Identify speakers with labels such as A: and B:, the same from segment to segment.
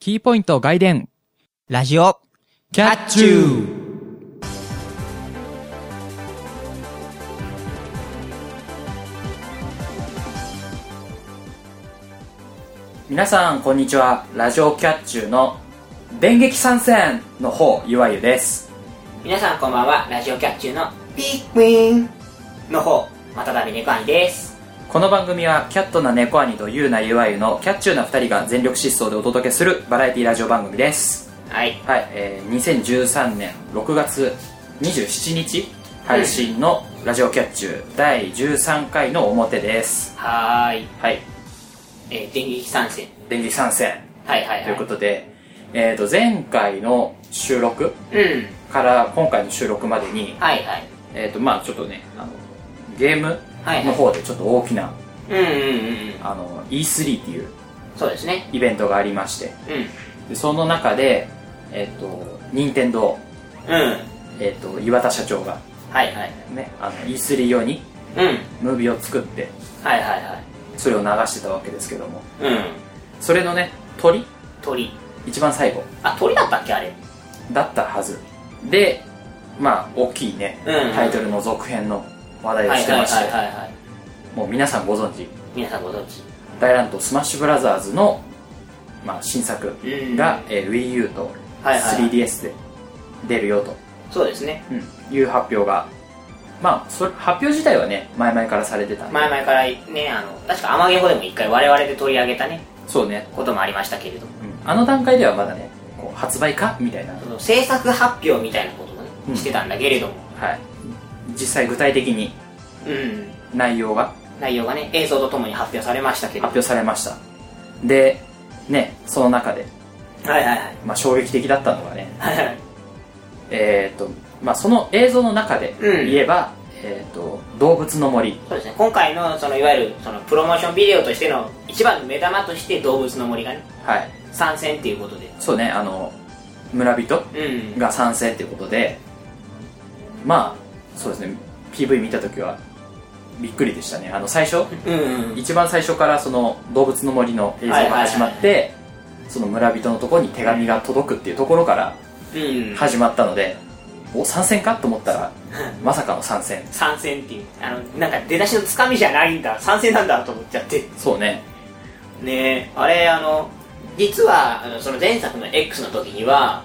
A: キーポイント外伝。
B: ラジオ、
A: キ
B: ャッチュ
A: ー
C: 皆さんこんにちはラジオキャッチューの電撃参戦の方ゆわゆです
D: 皆さんこんばんはラジオキャッチューの
B: ピックイン。
D: の方またたびネコアニです
C: この番組はキャットな猫兄とゆうなゆわゆのキャッチューな2人が全力疾走でお届けするバラエティラジオ番組です
D: はい
C: はい、えー2013年6月27日配信のラジオキャッチュー第13回の表です
D: はーい
C: はい
D: えー、電撃参戦
C: 電撃参戦
D: はいはいはい
C: ということで、えー、と前回の収録
D: うん
C: から今回の収録までに
D: はいはい
C: えっ、と、まあちょっとね、あの、ゲーム
D: はい
C: の方でちょっと大きな、
D: うんうんうんうん
C: あの、E3 っていう
D: そうですね
C: イベントがありまして、
D: う
C: でその中で、えっ、と、任天堂、
D: んうん
C: えっ、と、岩田社長が、
D: はいはい
C: ね、あの、E3 用に
D: うん
C: ムービーを作って、
D: はいはいはい
C: それを流してたわけですけども、
D: うん
C: それのね、鳥
D: 鳥
C: 一番最後
D: あ鳥だったっけあれ
C: だったはず。で、まあ大きいね、
D: うん
C: タイトルの続編の話題を
D: はい
C: して
D: はい
C: まし
D: はい
C: て、
D: はいはい
C: もう皆さんご存知、
D: 皆さんご存知
C: 大乱闘スマッシュブラザーズの、まあ、新作
D: うん
C: が、えー WiiU と
D: はいはい
C: 3DS で出るよと、
D: そうですね
C: うんいう発表が、まあ、それ発表自体はね前々からされてたんで
D: 前々からねあの確かアマゲホでも一回我々で取り上げたね
C: そうね、
D: こともありましたけれども
C: うんあの段階ではまだねこう発売かみたいな、は
D: その制作発表みたいなこともね、
C: うん
D: してたんだけれども
C: い、実際具体的に
D: うん
C: 内容が
D: 内容がね映像とともに発表されましたけれ
C: 発
D: ど
C: 表されましたでねその中で、
D: はいはいはい
C: まあ、衝撃的だったのがね
D: はいはい
C: えーっとまあ、その映像の中で
D: うん
C: 言えば、えーっと動物の森
D: そうですね今回のそのいわゆるそのプロモーションビデオとしての一番の目玉として動物の森がね
C: はい
D: 参戦っていうことで
C: そうねあの村人
D: うん
C: が参戦ということでまあそうですね PV 見た時はびっくりでしたねあの最初
D: うんうん
C: 一番最初からその動物の森の映像が始まって、その村人のところに手紙が届くっていうところから
D: うん
C: 始まったので、お参戦かと思った らまさかの参戦
D: 参戦っていうあのなんか出だしのつかみじゃないんだ参戦なんだと思っちゃって
C: そうね
D: ねえあれあの実はあのその前作の X の時には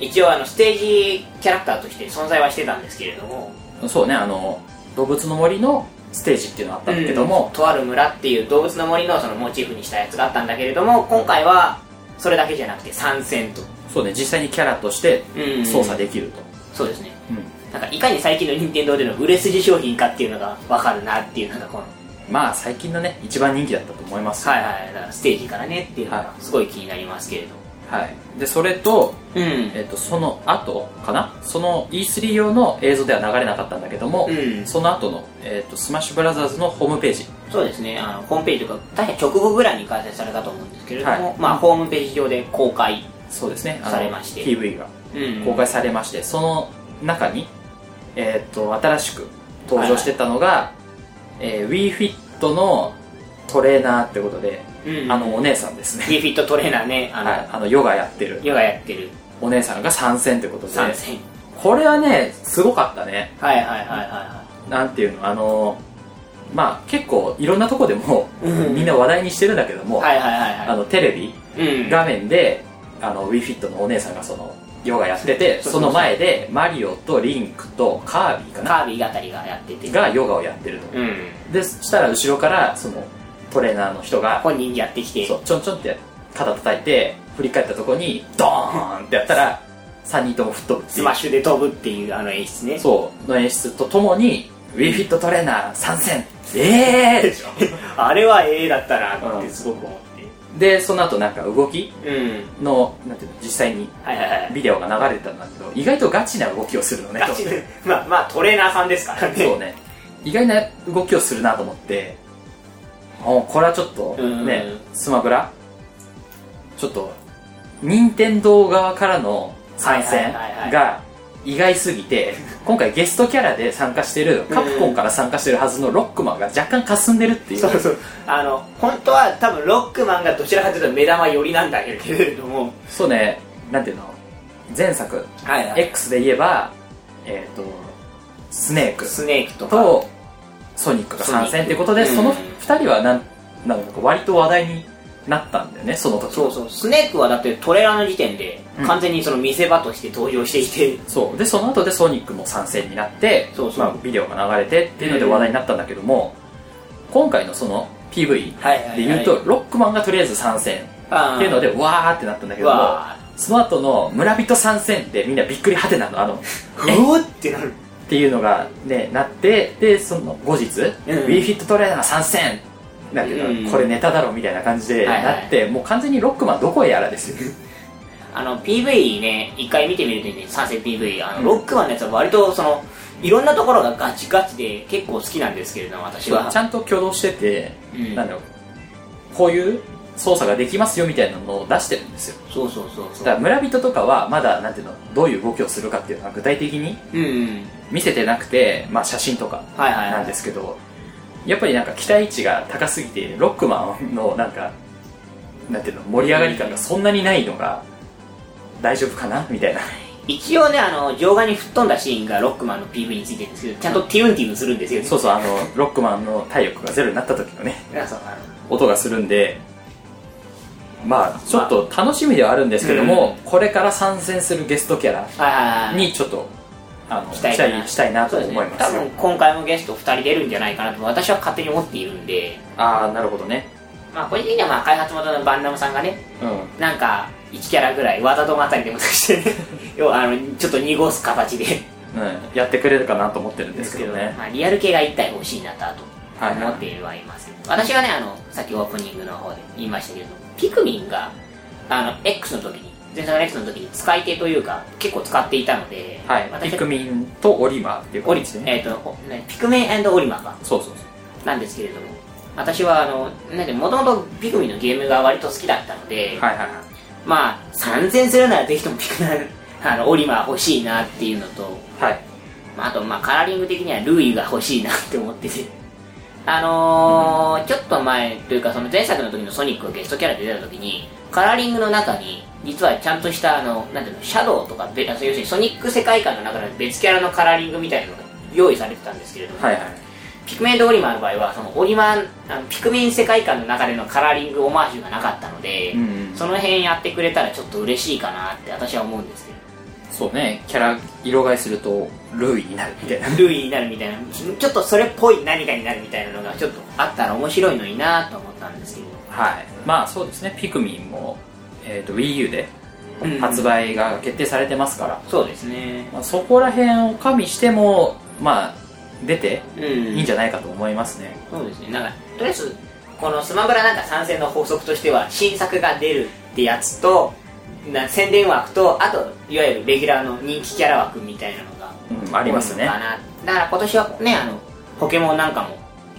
D: 一応あのステージキャラクターとして存在はしてたんですけれども
C: そうねあの動物の森のステージっていうのがあったんだけども、
D: とある村っていう動物の森のそのモチーフにしたやつがあったんだけれども今回はそれだけじゃなくて参戦と、
C: そうね実際にキャラとして操作
D: で
C: できると、
D: そうですね
C: うん
D: なんかいかに最近の任天堂での売れ筋商品かっていうのが分かるなっていうのがこの
C: まあ最近のね一番人気だったと思います
D: はいはいだからステージからねっていうの
C: は
D: がすごい気になりますけれど
C: はい、でそれと,、
D: うん
C: えっとその後かなその E3 用の映像では流れなかったんだけども、
D: うん
C: その後の、えっとスマッシュブラザーズのホームページ
D: そうですねあのホームページとか確か直後ぐらいに開催されたと思うんですけれども、
C: はい
D: まあホームページ上で公開、
C: そうですね
D: されまして
C: PV が
D: うん
C: 公開されまして、その中に、えっと新しく登場してたのが、えー、WeFit のトレーナーってことで、
D: うん
C: あのお姉さんですね、
D: リーフィットトレーナーねあの、
C: はい、あのヨガやってる
D: ヨガやってる
C: お姉さんが参戦ってことで
D: 参戦、
C: これはねすごかったね
D: はいはいはいはいはい
C: なんていうのあのまあ結構いろんなとこでも
D: うん
C: みんな話題にしてるんだけども、
D: はいはいはい
C: あ
D: は
C: のテレビ
D: い。うん。
C: 画面で、あの WeFit のお姉さんがそのヨガやってて
D: そう
C: その前でマリオとリンクとカービィか
D: カ
C: な
D: ービィあたりがやってて。
C: がヨガをやってると
D: うん。
C: でそしたら後ろからそのトレーナーの人が
D: 本人やってきて。
C: そうちょんちょんって肩叩いて振り返ったとこにドーンってやったら3人とも吹っ飛ぶって
D: ス
C: いう
D: マッシュで飛ぶっていうあの演出ね。
C: そう、の演出とともに、WeFit トレーナー参戦ええ
D: あれはええだったなっ
C: うん
D: てすごく思っ
C: ー、で、その後なんか動き
D: て。うん。
C: の、なんていうの、実際に
D: はいはいはい。
C: ビデオが流れてたんだけど、意外とガチな動きをするのね、
D: ガチで。 まあまあトレーナーさんですから
C: と。そ
D: ね。
C: うね。意外な動きをするなと思って、おこれはちょっと、
D: うん
C: ね、スマブラちょっと、任天堂側からの参戦
D: はいはいはいはい
C: が、意外すぎて今回ゲストキャラで参加してるカプコンから参加してるはずのロックマンが若干霞んでるっていう
D: そうそうあの本当は多分ロックマンがどちらかというと目玉寄りなんだけれども
C: そうねなんていうの前作
D: はい、
C: X で言えばえっ、とスネーク
D: スネークとか
C: とソニックが参戦ってことで
D: ソニ
C: そ
D: ック
C: の2人はなんなんか割と話題になったんだよねその時
D: そうそうスネークはだってトレーラーの時点で
C: うん
D: 完全にその見せ場として登場してきて、
C: そうでその後でソニックも参戦になって
D: そうそう
C: まあ、ビデオが流れてっていうので話題になったんだけども、今回のその PV
D: はいはいはい
C: で言うと、ロックマンがとりあえず参戦っていうの
D: で
C: でわーってなったんだけども
D: わ
C: その後の村人参戦ってみんなびっくりはてなのあの
D: ーうおーってなる
C: っていうのがねなってでその後日、
D: うん
C: WeFit トレーナー参戦なんていうの、
D: うん
C: これネタだろみたいな感じで
D: はいはい
C: なって、もう完全にロックマンどこへやらですよ
D: あの PV ね一回見てみるとね参戦 PV あ
C: う
D: の、
C: ん
D: ロックマンのやつは割とそのいろんなところがガチガチで結構好きなんですけれども私は
C: ちゃんと挙動してて、
D: うん
C: なんだろうこういう操作ができますよみたいなのを出してるんですよ
D: そうそうそう
C: だ
D: そ
C: か
D: う
C: ら村人とかはまだなんていうのどういう動きをするかっていうのは具体的に
D: うんうん
C: 見せてなくて、まあ、写真とか
D: はいはい
C: な
D: は
C: ん
D: い
C: ですけどやっぱりなんか期待値が高すぎてロックマンのなんかなんていうの盛り上がり感がそんなにないのが大丈夫かなみたいな
D: 一応ねあの場外に吹っ飛んだシーンがロックマンの PV についてるんですけどちゃんとティウンティウンするんですよね
C: そうそうあのロックマンの体力がゼロになった時のね
D: いやそうあの
C: 音がするんでまあちょっと楽しみではあるんですけども、これから参戦するゲストキャラ
D: はいはいはい
C: にちょっとあの期待
D: 期待かな
C: したいなと
D: そう
C: 思
D: で
C: い
D: すね
C: ます
D: 多
C: よ
D: 分今回もゲスト2人出るんじゃないかなと私は勝手に思っているんで
C: ああなるほどね
D: まあ個人的にはまあ開発元のバンナムさんがね
C: う
D: なんか1キャラぐらいわざとまたりでもしてね 要はあのちょっと濁す形で
C: ん、うん、やってくれるかなと思ってるんですけどね
D: まあ、リアル系が1体欲しいなとあと
C: はいはい
D: 思っているはいますけど、私はねあのさっきオープニングの方で言いましたけどピクミンがあの X の時に前作の X の時に使い手というか結構使っていたので、
C: はい、
D: 私
C: ピクミンとオリマーっていう
D: オリ
C: 感じでね
D: えっ、と、ね、ピクミンオリマーか
C: そうそうそう
D: なんですけれども私はあのなんでもともとピクミンのゲームが割と好きだったので、
C: はいはいはい
D: まあ参戦するならぜひともピクナあのオリマー欲しいなっていうのと
C: はい
D: まああとまあカラーリング的にはルイが欲しいなって思っててあのー、ちょっと前というかその前作の時のソニックがゲストキャラで出た時にカラーリングの中に実はちゃんとしたあのなんていうのシャドウとかべあそう要するにソニック世界観の中で別キャラのカラーリングみたいなのが用意されてたんですけれども、
C: はいはい
D: ピクメンとオリマーの場合はそのオリマンあのピクミン世界観の中でのカラーリングオマージュがなかったので、
C: うんうん
D: その辺やってくれたらちょっと嬉しいかなって私は思うんですけど
C: そうねキャラ色替えするとルイになるみたい な
D: ルイになるみたいなちょっとそれっぽい何かになるみたいなのがちょっとあったら面白いのになと思ったんですけど
C: はいまあそうですねピクミンも、えー、と WiiU で
D: うん
C: 発売が決定されてますから、
D: そうですね
C: まあ、そこら辺を加味してもまあ出て
D: うん
C: いいんじゃないかと思いますね、
D: そうですねなんかとりあえずこのスマブラなんか参戦の法則としては新作が出るってやつとな宣伝枠とあといわゆるレギュラーの人気キャラ枠みたいなのが
C: うん、ありますね
D: 多いのかなだから今年はねあのポケモンなんかも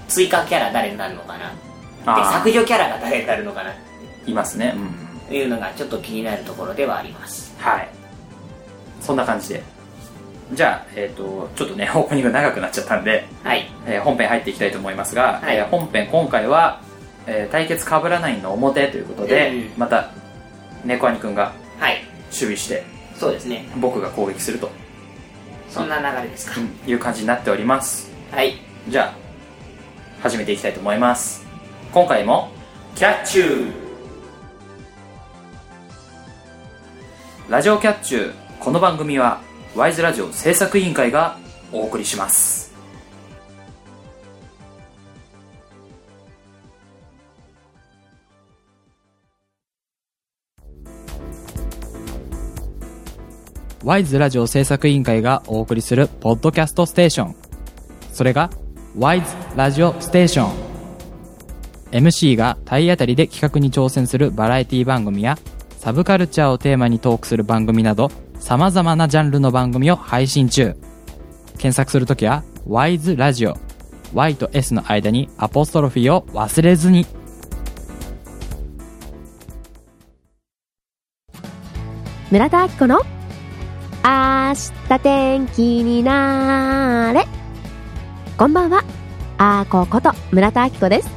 D: 追加キャラ誰になるのかなで
C: あ
D: 削除キャラが誰になるのかな
C: ーいますね、うん、
D: というのがちょっと気になるところではあります
C: はいそんな感じでじゃあ、えっとちょっとねオープニング長くなっちゃったんで
D: はい
C: えー本編入っていきたいと思いますが、
D: はい
C: えー本編今回は、えー対決かぶらないの表ということで、
D: うん
C: また猫兄くんが
D: はい
C: 守備して
D: そうですね
C: 僕が攻撃すると
D: そんな流れですか、
C: いう感じになっております
D: はい
C: じゃあ始めていきたいと思います今回もキャッチューラジオキャッチューこの番組はワイズラジオ制作委員会がお送りします
B: ワイズラジオ制作委員会がお送りするポッドキャストステーション。それが、ワイズラジオステーション。MC が体当たりで企画に挑戦するバラエティ番組や、サブカルチャーをテーマにトークする番組など、様々なジャンルの番組を配信中。検索するときは、ワイズラジオ。Y と S の間にアポストロフィーを忘れずに。
A: 村田明子の明日天気になれこんばんはあーここと村田明子です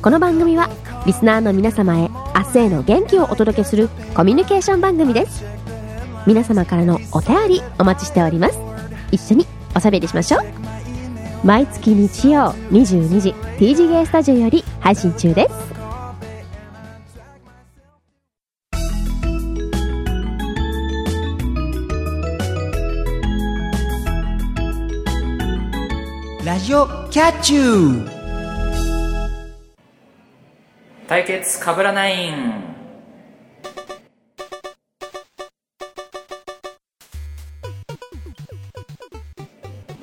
A: この番組はリスナーの皆様へ明日への元気をお届けするコミュニケーション番組です皆様からのお便りお待ちしております一緒におしゃべりしましょう毎月日曜22時 TGA スタジオより配信中です
E: ラジオキャッチュー
C: 対決かぶらないん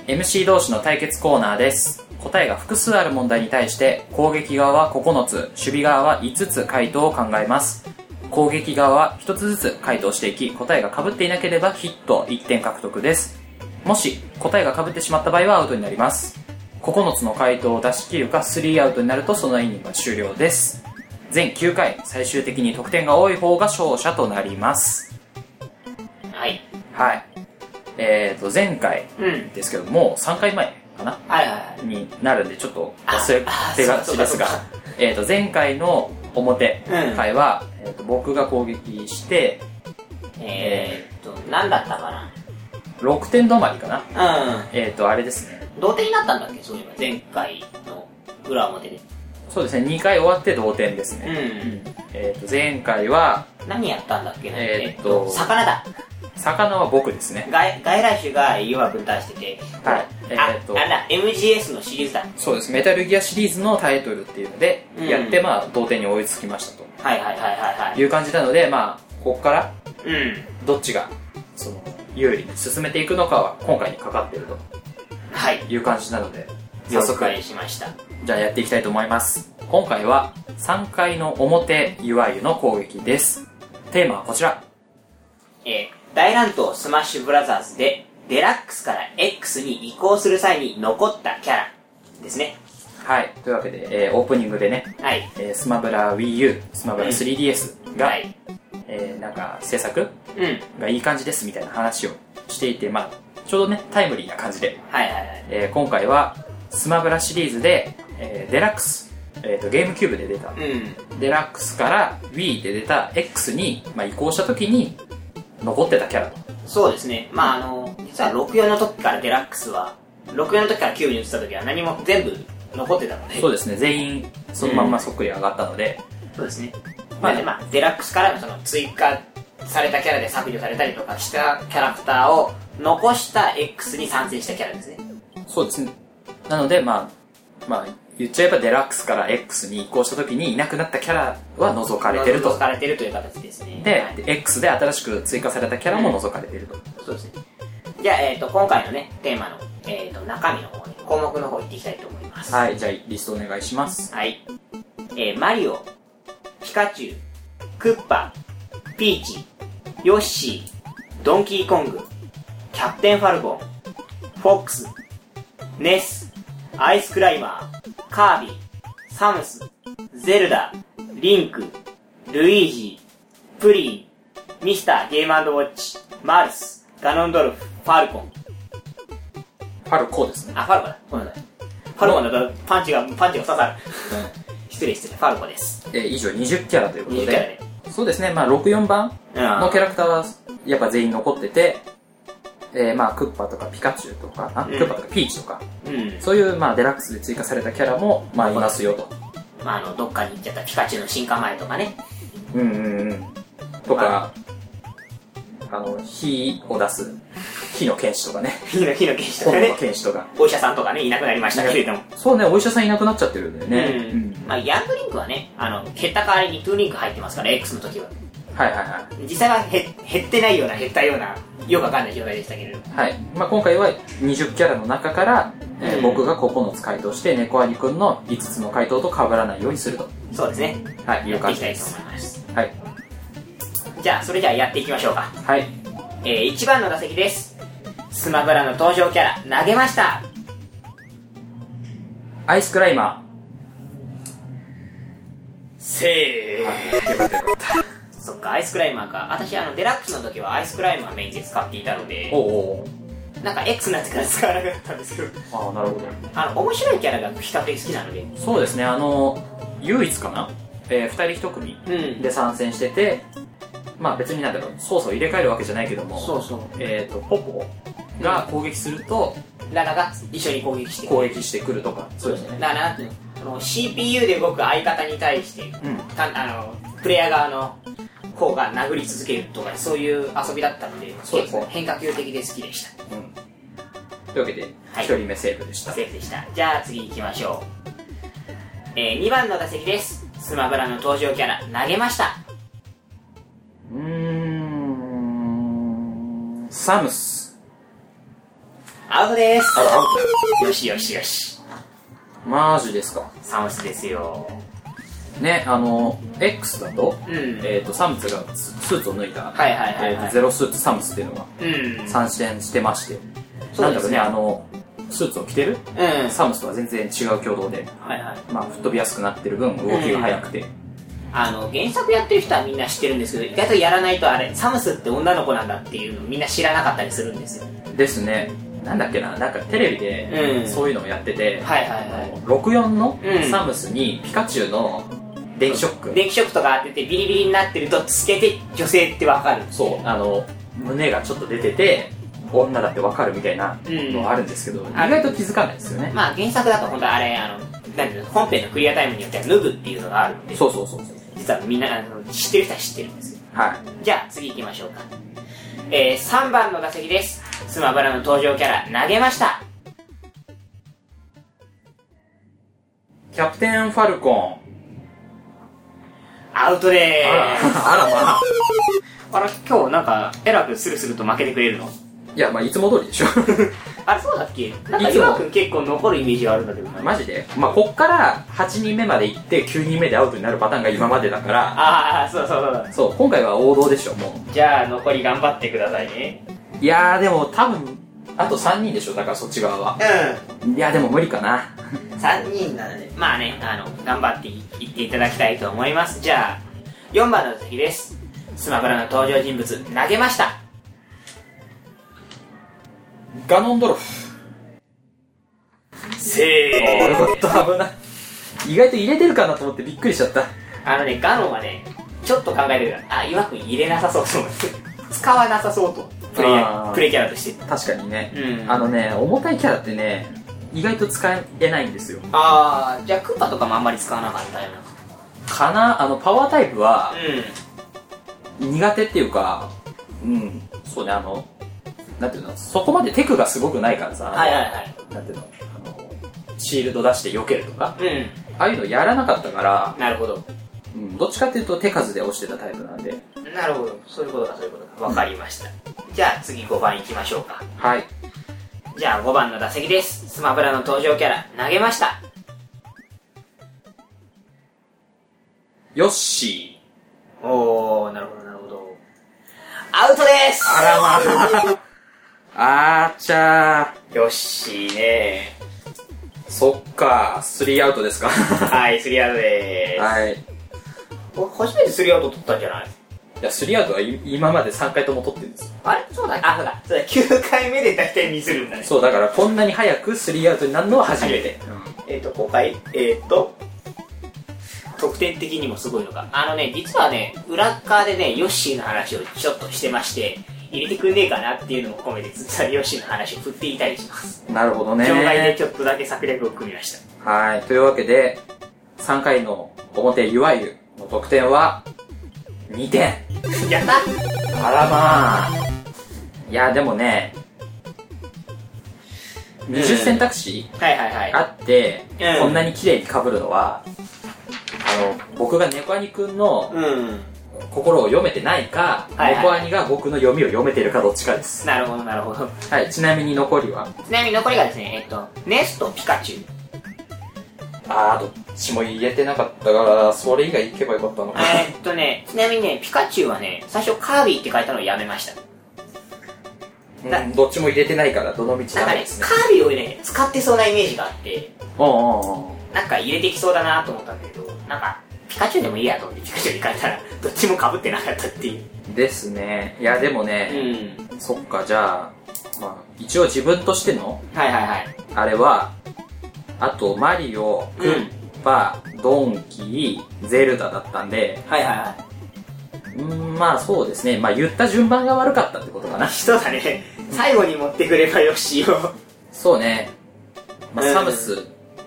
C: MC 同士の対決コーナーです答えが複数ある問題に対して攻撃側は9つ守備側は5つ回答を考えます攻撃側は1つずつ回答していき答えが被っていなければヒット1点獲得ですもし答えが被ってしまった場合はアウトになります9つの回答を出し切るか3アウトになるとそのイニングは終了です全9回最終的に得点が多い方が勝者となります
D: はい。
C: はいえーと前回
D: うん。
C: ですけども3回前かな
D: はいはいはい。
C: になるんでちょっと忘れて
D: ああ
C: が
D: そう
C: ち
D: か
C: ですが
D: そうか
C: えーと前回の表
D: うん
C: 回は、えーと僕が攻撃して
D: えー、っと、何だったか
C: 6点止まりかな
D: な。うん。
C: えっ、とあれですね
D: 同点になったんだっけそういえば、前回の裏表で。
C: そうですね2回終わって同点ですね、
D: ん。
C: えーと前回は
D: 何やったんだっけな
C: えーっと
D: 魚だ。
C: 魚は僕ですね
D: 外外来種が弱く出してて。
C: はいえ
D: あ
C: ーっと
D: あれだ、MGS のシリーズだ。
C: そうですメタルギアシリーズのタイトルっていうので
D: うん
C: やって、まあ同点に追いつきましたと
D: はいはいはいはいはい。
C: いう感じなのでまあここから
D: うん。
C: どっちがその有利に進めていくのかは今回にかかっていると
D: はい。
C: いう感じなので
D: 了
C: 早速
D: 解しました。
C: じゃあやっていきたいと思います今回は3回の表いわゆの攻撃ですテーマはこちら
D: えー大乱闘スマッシュブラザーズで、デラックスから X に移行する際に残ったキャラですね。
C: はいというわけで、えーオープニングでね、
D: はい。
C: えースマブラ WiiU スマブラ 3DS が、
D: はい。
C: えーなんか制作
D: うん。はい
C: がいい感じですみたいな話をしていてまあちょうどねタイムリーな感じで
D: はいはい。
C: えー今回はスマブラシリーズで、えーデラックス、えーとゲームキューブで出た、
D: うん。
C: デラックスから Wii で出た X に、まあ、移行した時に残ってたキャラと
D: そうですね。まああの、実は64の時からデラックスは、64の時から9に移った時は何も全部残ってたので。
C: そう
D: う
C: ですね全員そのまんまそっくり上がったので、
D: そうですね。
C: ま
D: ま
C: あ
D: あ、でまあ、デラックスからのその追加されたキャラで削除されたりとかしたキャラクターを残した X に参戦したキャラですね。
C: そうですねなのでまあまあ言っちゃえばデラックスから X に移行した時にいなくなったキャラは除かれてると
D: 除かれてるという形ですね。
C: で
D: はい
C: で X で新しく追加されたキャラも除かれてると、
D: そうですね。じゃあ、えっ、と、今回のね、テーマの、えっ、と、中身の方ね、項目の方行っていきたいと思います。い。
C: はいじゃあリストお願いします
D: はい。えーマリオ、ピカチュウ、クッパ、ピーチ、ヨッシー、ドンキーコング、キャプテンファルコン、フォックス、ネス、アイスクライマー、カービィ、サムス、ゼルダ、リンク、ルイージー、プリン、ミスターゲームウォッチ、マルス、ガノンドルフ、ファルコン。
C: ファルコですね
D: あ、ファルコだ。ごめんなさい。ファルコだとパンチが、パンチが刺さる。失礼失礼、ファルコです。
C: えー以上20キャラということ
D: 20
C: で
D: キャラで。
C: そうですね、まあ、64番のキャラクターはやっぱ全員残ってて、えーまあ、クッパとかピカチュウとか、あ
D: ん
C: クッパとかピーチとか、
D: うん。
C: そういう、まあ、デラックスで追加されたキャラも、まあ、いますよと。
D: まあ、あの、どっかに行っちゃったピカチュウの進化前とか ね。
C: うんうんうん。とか、あの、火を出す、火の剣士と かね、
D: 火の、火の剣士とか
C: 炎の
D: ね。
C: 剣士とか。
D: お医者さんとかね、いなくなりましたけれども。
C: そうね、お医者さんいなくなっちゃってるんだよね。
D: うん。まあ、ヤングリンクはね、あの、減った代わりにトゥーリンク入ってますから、X の時は。
C: はいはいはい。
D: 実際は減減ってないような、減ったような、よくわかんない状態でしたけれども。
C: はいまあ、今回は20キャラの中から、えー
D: うん
C: 僕が9つ回答して猫アニくんの5つの回答と被らないようにすると、
D: そうですね。
C: はい、い
D: や
C: う
D: って
C: 感
D: いき
C: じ
D: たい
C: で
D: と
C: す
D: 思います。
C: はい、
D: じゃあ、それじゃあやっていきましょうか。
C: はい、
D: えー、1番の打席です。スマブラの登場キャラ、投げました
C: アイスクライマ
D: せー
C: ーよかったよかった
D: そっかアイスクライマーか私あのデラックスの時はアイスクライマーメインで使っていたので
C: おうおう
D: なんか X になってから使わなくなったんですけど
C: ああなるほど
D: あの面白いキャラが比較的好きなのでう
C: そうですねあの唯一かな、え2人1組
D: ん
C: で参戦しててまあ別になんだろう操作を入れ替えるわけじゃないけども
D: そうそう
C: えー、とポポが攻撃すると
D: ララが一緒に攻撃して
C: 攻撃してくるとかそうですね
D: ララってその CPU で動く相方に対して
C: うん
D: たあのプレイヤー側の方が殴り続けるとかそういう遊びだったので
C: そうですね
D: 結構変化球的で好きでした
C: うんというわけで
D: はい
C: 1人目セーブでした、
D: セーフでしたじゃあ次行きましょう、えー、2番の打席ですスマブラの登場キャラ投げました
C: うーんサムス
D: アウトです
C: あアウ
D: よしよしよし
C: トマージですか
D: サムスですよ
C: ねあの X だと,、
D: うん
C: えー、とサムスがススーツを脱いだ、
D: はいはいはい、
C: えー
D: はい
C: とゼロスーツサムスっていうのが
D: うん
C: 参戦してまして、
D: そ
C: な
D: うんで
C: だろ
D: す
C: うね
D: ね
C: あのスーツを着てる
D: うん
C: サムスとは全然違う挙動で、
D: はいはい
C: まあ、吹っ飛びやすくなってる分動きが速くて、
D: あの原作やってる人はみんな知ってるんですけど意外とやらないとあれサムスって女の子なんだっていうのみんな知らなかったりするんですよ
C: ですねなんだっけななんかテレビ
D: う
C: で
D: ん
C: そういうのをやってて、
D: はいはいは
C: 64の
D: うん
C: サムスにピカチュウの電気ショック、
D: い電気ショックとか当ててビリビリになってるとつけて女性ってわかる
C: そうあの胸がちょっと出てて女だってわかるみたいなのあるんですけど、意外と気づかないですよね、
D: まあ原作だと本当あれあのなんていうの本編のクリアタイムによっては脱ぐっていうのがあるんで
C: そうそうそうそう
D: 実はみんなあの知ってる人は知ってるんですよ
C: はい
D: じゃあ次行きましょうかえー、3番の打席ですスマブラの登場キャラ投げました
C: キャプテンファルコン
D: アウトで
C: あら
D: ーす
C: あらまあ
D: あら今日なんかえらくスルスルと負けてくれるの
C: いやまあいつも通りでしょ
D: あれそうだっけなんか
C: いつも
D: 岩君結構残るイメージがあるんだけどな
C: マジでまあこっから8人目まで行って9人目でアウトになるパターンが今までだから
D: ああそうそうそうだ
C: そう今回は王道でしょもう
D: じゃあ残り頑張ってくださいね
C: いやーでも多分あと3人でしょだからそっち側は
D: う
C: いやでも無理かなん
D: 3人なのでまあねあの頑張っていいっていただきたいと思いますじゃあ4番の打席ですスマブラの登場人物投げました
C: ガノンドロフ
D: せ
C: 俺
D: ー
C: もっと危ない意外と入れてるかなと思ってびっくりしちゃった
D: あのねガノンはねちょっと考えてるからあ岩君入れなさそうと思って使わなさそうとプレイヤ
C: あ
D: ー
C: ー
D: プレイキャラとして
C: 確かにね、
D: うん
C: あのね重たいキャラってね意外と使えないんですよ
D: ああじゃあクッパとかもあんまり使わなかったよな
C: かなあのパワータイプは
D: う
C: 苦手っていうかうんそうねあのなんていうのそこまでテクがすごくないからさ、
D: んはいはいはい
C: なんていうのあのシールド出して避けるとか
D: う
C: ああいうのやらなかったから
D: ん、なるほど
C: うん、どっちかっていうと手数で押してたタイプなんで
D: なるほどそういうことかそういうことかわかりました、じゃあ次5番いきましょうか
C: はい
D: じゃあ5番の打席ですスマブラの登場キャラ投げました
C: ヨッシー
D: おおなるほどなるほどアウトです
C: らま ああーちゃ
D: よっしーね
C: ーそっか3アウトですか
D: はいスリーアウト でー
C: はいい
D: すお初めてスリーアウト取ったんじゃない
C: や3アウトはい今まで3回とも取ってるんですよ
D: あれそうだあそうだそうだ9回目で大体ミスるんだね
C: そうだからこんなに早く3アウトになるのは初めて、
D: えっ、と、今回、えっ、と、得点的にもすごいのが。あのね、実はね、裏っ側でね、ヨッシーの話をちょっとしてまして、入れてくんねえかなっていうのも込めて、実はヨッシーの話を振っていたりします。
C: なるほどね
D: 場外でちょっとだけ策略を組みました。
C: はいというわけで3回の表いわゆるの得点は2点
D: やった
C: あらまあいやでもね
D: ん
C: 20選択肢
D: はいはいは
C: あ
D: い。
C: って、
D: うん
C: こんなに綺麗に被るのはあの僕が猫兄くんの
D: うん。
C: 心を読めてないか、
D: はいはい
C: 猫兄が僕の読みを読めてるかどっちかです、
D: なるほどなるほど。
C: はい、ちなみに残りは
D: ちなみに残りがですね、えっ、と、ネスとピカチュウ。
C: あーどっちも入れてなかったからそれ以外いけばよかったの
D: えっとね、ちなみにね、ピカチュウはね、最初カービィって書いたのをやめました。な
C: うんどっちも入れてないからどの道
D: なん
C: ダ
D: か
C: メ
D: ね
C: です、ね
D: カービィをね、使ってそうなイメージがあって、
C: おうんうんうん
D: なんか入れてきそうだなと思ったんだけど、なんか、ピピカチュウでもいいやと思ってピカチュウに変えたら、どっちも被ってなかったっていう。
C: ですねいやでも
D: う
C: ね、
D: ん。
C: そっかじゃあ、まあ、一応自分としての
D: はいはいはい。
C: あれはあとマリオクッパ、ドンキーゼルダだったんで
D: はいはいはい。
C: うんまあそうですねまあ言った順番が悪かったってことかな
D: そうだね。最後に持ってくればよしよ。
C: そうね、まあ、
D: うん
C: サムス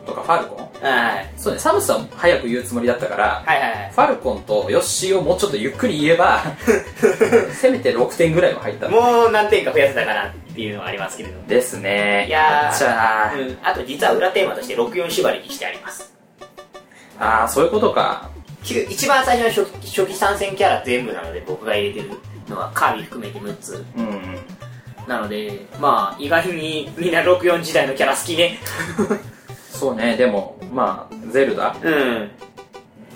C: とかファルコン
D: はい。はい
C: そうねサムスは早く言うつもりだったから
D: はいはい。
C: ファルコンとヨッシーをもうちょっとゆっくり言え ばせめて6点ぐらいは入ったんで
D: もう何点か増やせたかなっていうのはありますけれども。
C: ですね
D: いやー
C: じゃあ、
D: うん。あと実は裏テーマとして64縛りにしてあります。
C: ああそういうことか
D: き一番最初の初期初期参戦キャラ全部なので僕が入れてるのはカービィ含めて6つ。
C: うん
D: なので、まあ意外にみんな64時代のキャラ好きね。
C: そうねでもまあゼルダ
D: うん。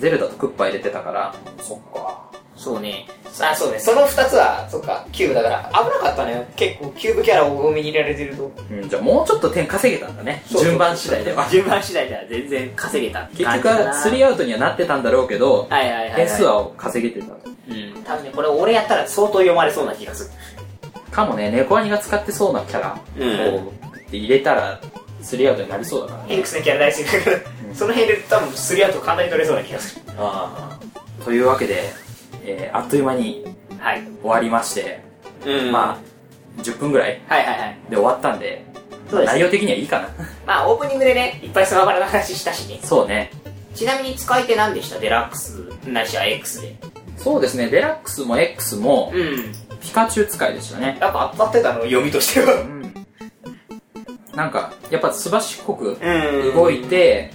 C: ゼルダとクッパ入れてたからそっか
D: そうね。あ、そうね。その2つは、そっか、キューブだから危なかったね。結構キューブキャラ多めに入れられてると。
C: うん、じゃあもうちょっと点稼げたんだね順番次第では
D: 順番次第では全然稼げた
C: 結局は3アウトにはなってたんだろうけど
D: はいはいはい、はい、
C: 点数は稼げてた
D: うん多分ねこれ俺やったら相当読まれそうな気がす
C: かもね猫アニが使ってそうなキャラ
D: うん
C: を入れたら3アウトになりそうだからね
D: るヘリクスのキャラ大好きだから、その辺で多分スリーアウト簡単に取れそうな気がする
C: ああというわけで、えーあっという間に
D: はい
C: 終わりまして、
D: う
C: まあ10分ぐらい
D: あはいはいはい
C: で終わったんで
D: そうです
C: 内容的にはいいかな
D: まあオープニングでねいっぱいスマブラの話したしね
C: そうね
D: ちなみに使い手何でしたデラックスなしは X で
C: そうですねデラックスも X も
D: うん
C: ピカチュウ使いでしたね
D: やっぱ当たってたの読みとしては
C: うんなんかやっぱすばしっこく
D: うん
C: 動いて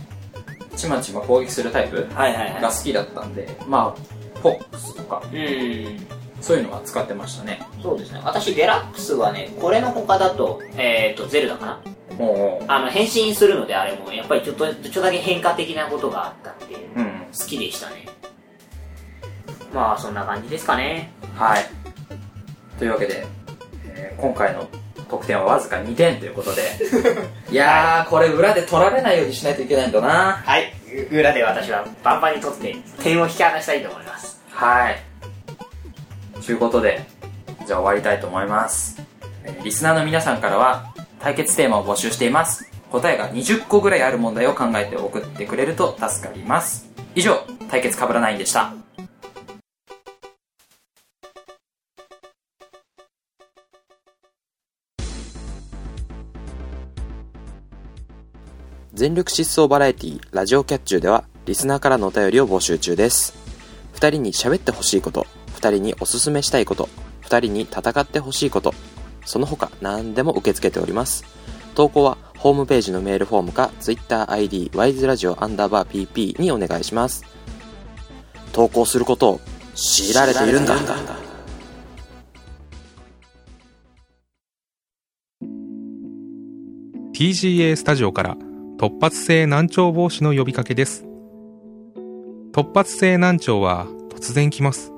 C: ちまちま攻撃するタイプ
D: はいはい
C: が好きだったんでまあポックスとか
D: うん
C: そういうのは使ってましたね
D: そうですね私デラックスはねこれの他だとえっ、ー、とゼルダかな
C: も
D: あの変身するのであれもやっぱりちょっとちょっとだけ変化的なことがあったんで
C: ううん
D: 好きでしたねまあそんな感じですかね
C: はい。というわけで、えー今回の得点はわずか2点ということで。いやー、これ裏で取られないようにしないといけないんだな。
D: はい裏で私はバンバンに取って点を引き離したいと思います
C: はい。ということで、じゃあ終わりたいと思います。えーリスナーの皆さんからは、対決テーマを募集しています。答えが20個ぐらいある問題を考えて送ってくれると助かります。以上、対決かぶらないんでした。
F: 全力疾走バラエティラジオキャッチューではリスナーからのお便りを募集中です2人に喋ってほしいこと2人におすすめしたいこと2人に戦ってほしいことその他何でも受け付けております投稿はホームページのメールフォームか TwitterID ワイズラジオアンダーバー PP にお願いします投稿することを強いられているんだ
G: ー TGA スタジオから突発性難聴防止の呼びかけです突発性難聴は突然来ます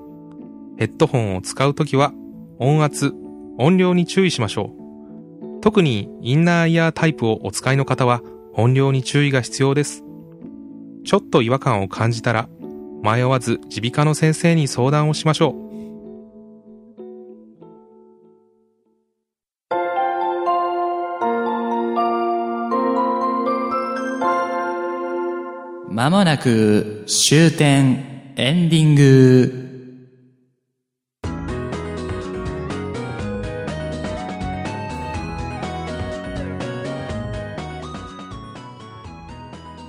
G: ヘッドホンを使うときは音圧音量に注意しましょう特にインナーイヤータイプをお使いの方は音量に注意が必要ですちょっと違和感を感じたら迷わず耳鼻科の先生に相談をしましょう
B: まもなく終点エンディング。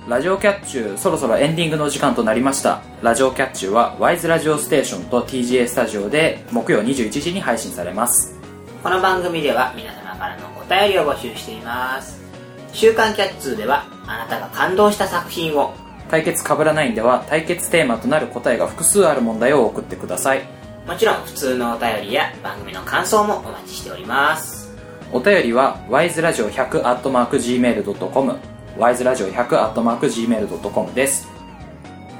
C: ラジオキャッチュー、そろそろエンディングの時間となりました。ラジオキャッチューは、ワイズラジオステーションと TGA スタジオで、木曜21時に配信されます。
D: この番組では皆様からのお便りを募集しています「週刊キャッツ」ではあなたが感動した作品を
C: 対決かぶらないんでは、対決テーマとなる答えが複数ある問題を送ってください。
D: もちろん普通のお便りや番組の感想もお待ちしております
C: お便りは、ワイズラジオ100 gmail.com、ワイズラジオ100 gmail.com です。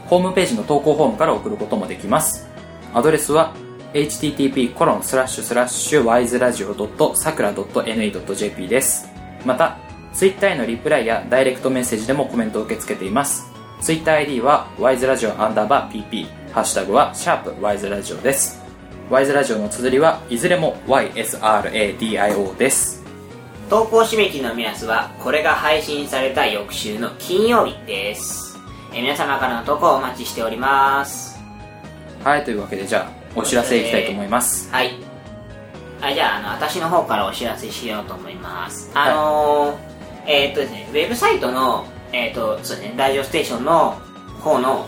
C: ホームページの投稿フォームから送ることもできます。アドレスは、http:// コロンスラッシュスラッシュ wiseradio.sakura.ne.jp です。また、ツイッターへのリプライやダイレクトメッセージでもコメントを受け付けています。ツイッター ID は wise ラジオアンダーバー PP ハッシュタグはシャープ wise ラジオです wise ラジオの綴りはいずれも YSRADIO です
D: 投稿締め切りの目安はこれが配信された翌週の金曜日ですえー皆様からの投稿をお待ちしております
C: はいというわけでじゃあお知らせいきたいと思います
D: はいはいじゃああの私の方からお知らせしようと思いますあのーえーっとですねウェブサイトのえーっとそうですねラジオステーションの方の、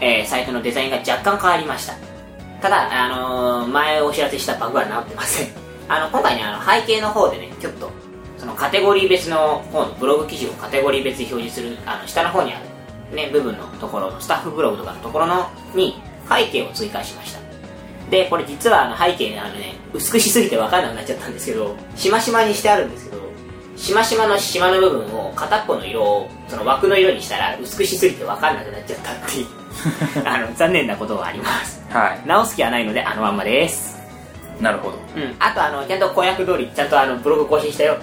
D: えーサイトのデザインが若干変わりましたただ、あのー前お知らせしたバグは直ってません あの今回ねあの背景の方でねちょっとそのカテゴリー別の方のブログ記事をカテゴリー別に表示するあの下の方にある、ね、部分のところのスタッフブログとかのところのに背景を追加しましたでこれ実はあの背景ねあのね薄くしすぎて分かんなくなっちゃったんですけどしましまにしてあるんですけどしましまのしまの部分を片っぽの色をその枠の色にしたら薄くしすぎて分かんなくなっちゃったって いうあの残念なことはあります
C: は
D: 直す気はないのであのまんまです
C: いなるほど
D: うんあとあのちゃんと公約通りちゃんとあのブログ更新したよ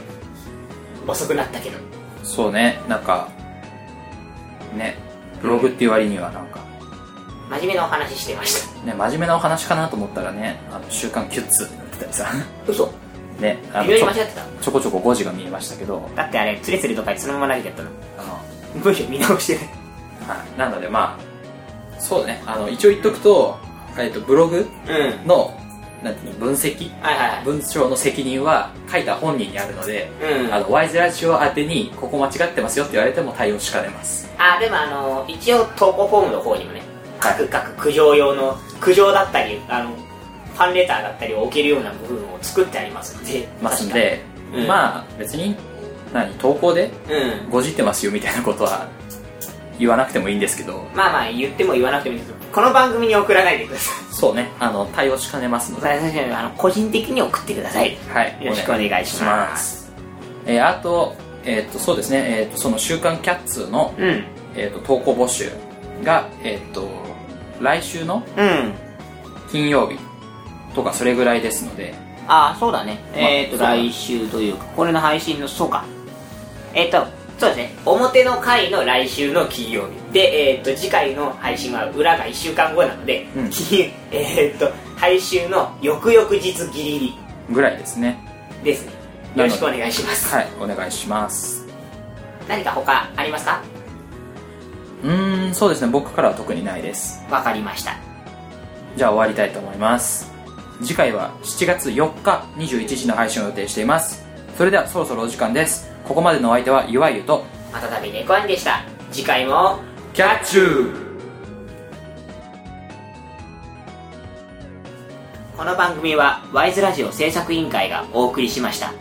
D: 遅くなったけど
C: そうねなんかねブログっていう割にはなんか
D: 真面目なお話してました
C: ね真面目なお話かなと思ったらねあの週刊キュッツになってたりさ
D: 嘘
C: ねあの
D: 微妙
C: ち
D: に
C: ょ
D: 間違ってた
C: ちょこちょこ5時が見えましたけど
D: だってあれつれつれとかそのまま投げちゃったの
C: あの
D: 文章見直してない
C: はい、なのでまあそうねあの一応言っとくと,、えっとブログ
D: うん
C: のなんていうの分析
D: はいはい
C: 文章の責任は書いた本人にあるので、
D: うん
C: あのワイズラジオ宛てにここ間違ってますよって言われても対応しかねます
D: あでもあの一応投稿フォームの方にもね
C: はい
D: 各各苦情用の苦情だったりあのファンレターだったりを置けるような部分を作ってありますので
C: ますんで、
D: うん
C: まあ別に何投稿で
D: 確かうん
C: ごじってますよみたいなことは言わなくてもいいんですけど
D: まあまあ言っても言わなくてもいいですけどこの番組に送らないでください
C: そうねあの対応しかねますので
D: 私たちはあの個人的に送ってください
C: はい
D: よろしくお願いします
C: えーあと,、えー、とそうですね、えー、とその「週刊キャッツ」の、
D: うん
C: えー、と投稿募集が、えー、と来週の
D: うん
C: 金曜日とかそれぐらいですので
D: ああそうだね、えっ、と
C: そうだ
D: 来週というかこれの配信のそうかえっ、とそうですね表の回の来週の金曜日で、えっと次回の配信は裏が1週間後なので、
C: うん
D: 金えっ、と配信の翌々日ギリギリ
C: ぐらいですね
D: ですねよろしくお願いします、
C: はいお願いします
D: 何か他ありますか
C: うーんそうですね僕からは特にないです
D: わかりました
C: じゃあ終わりたいと思います次回は7月4日21時の配信を予定していますそれではそろそろお時間ですここまでのお相手はいわゆると
D: またたび猫アニでした次回も
C: キャッチュー
D: この番組はワイズラジオ制作委員会がお送りしました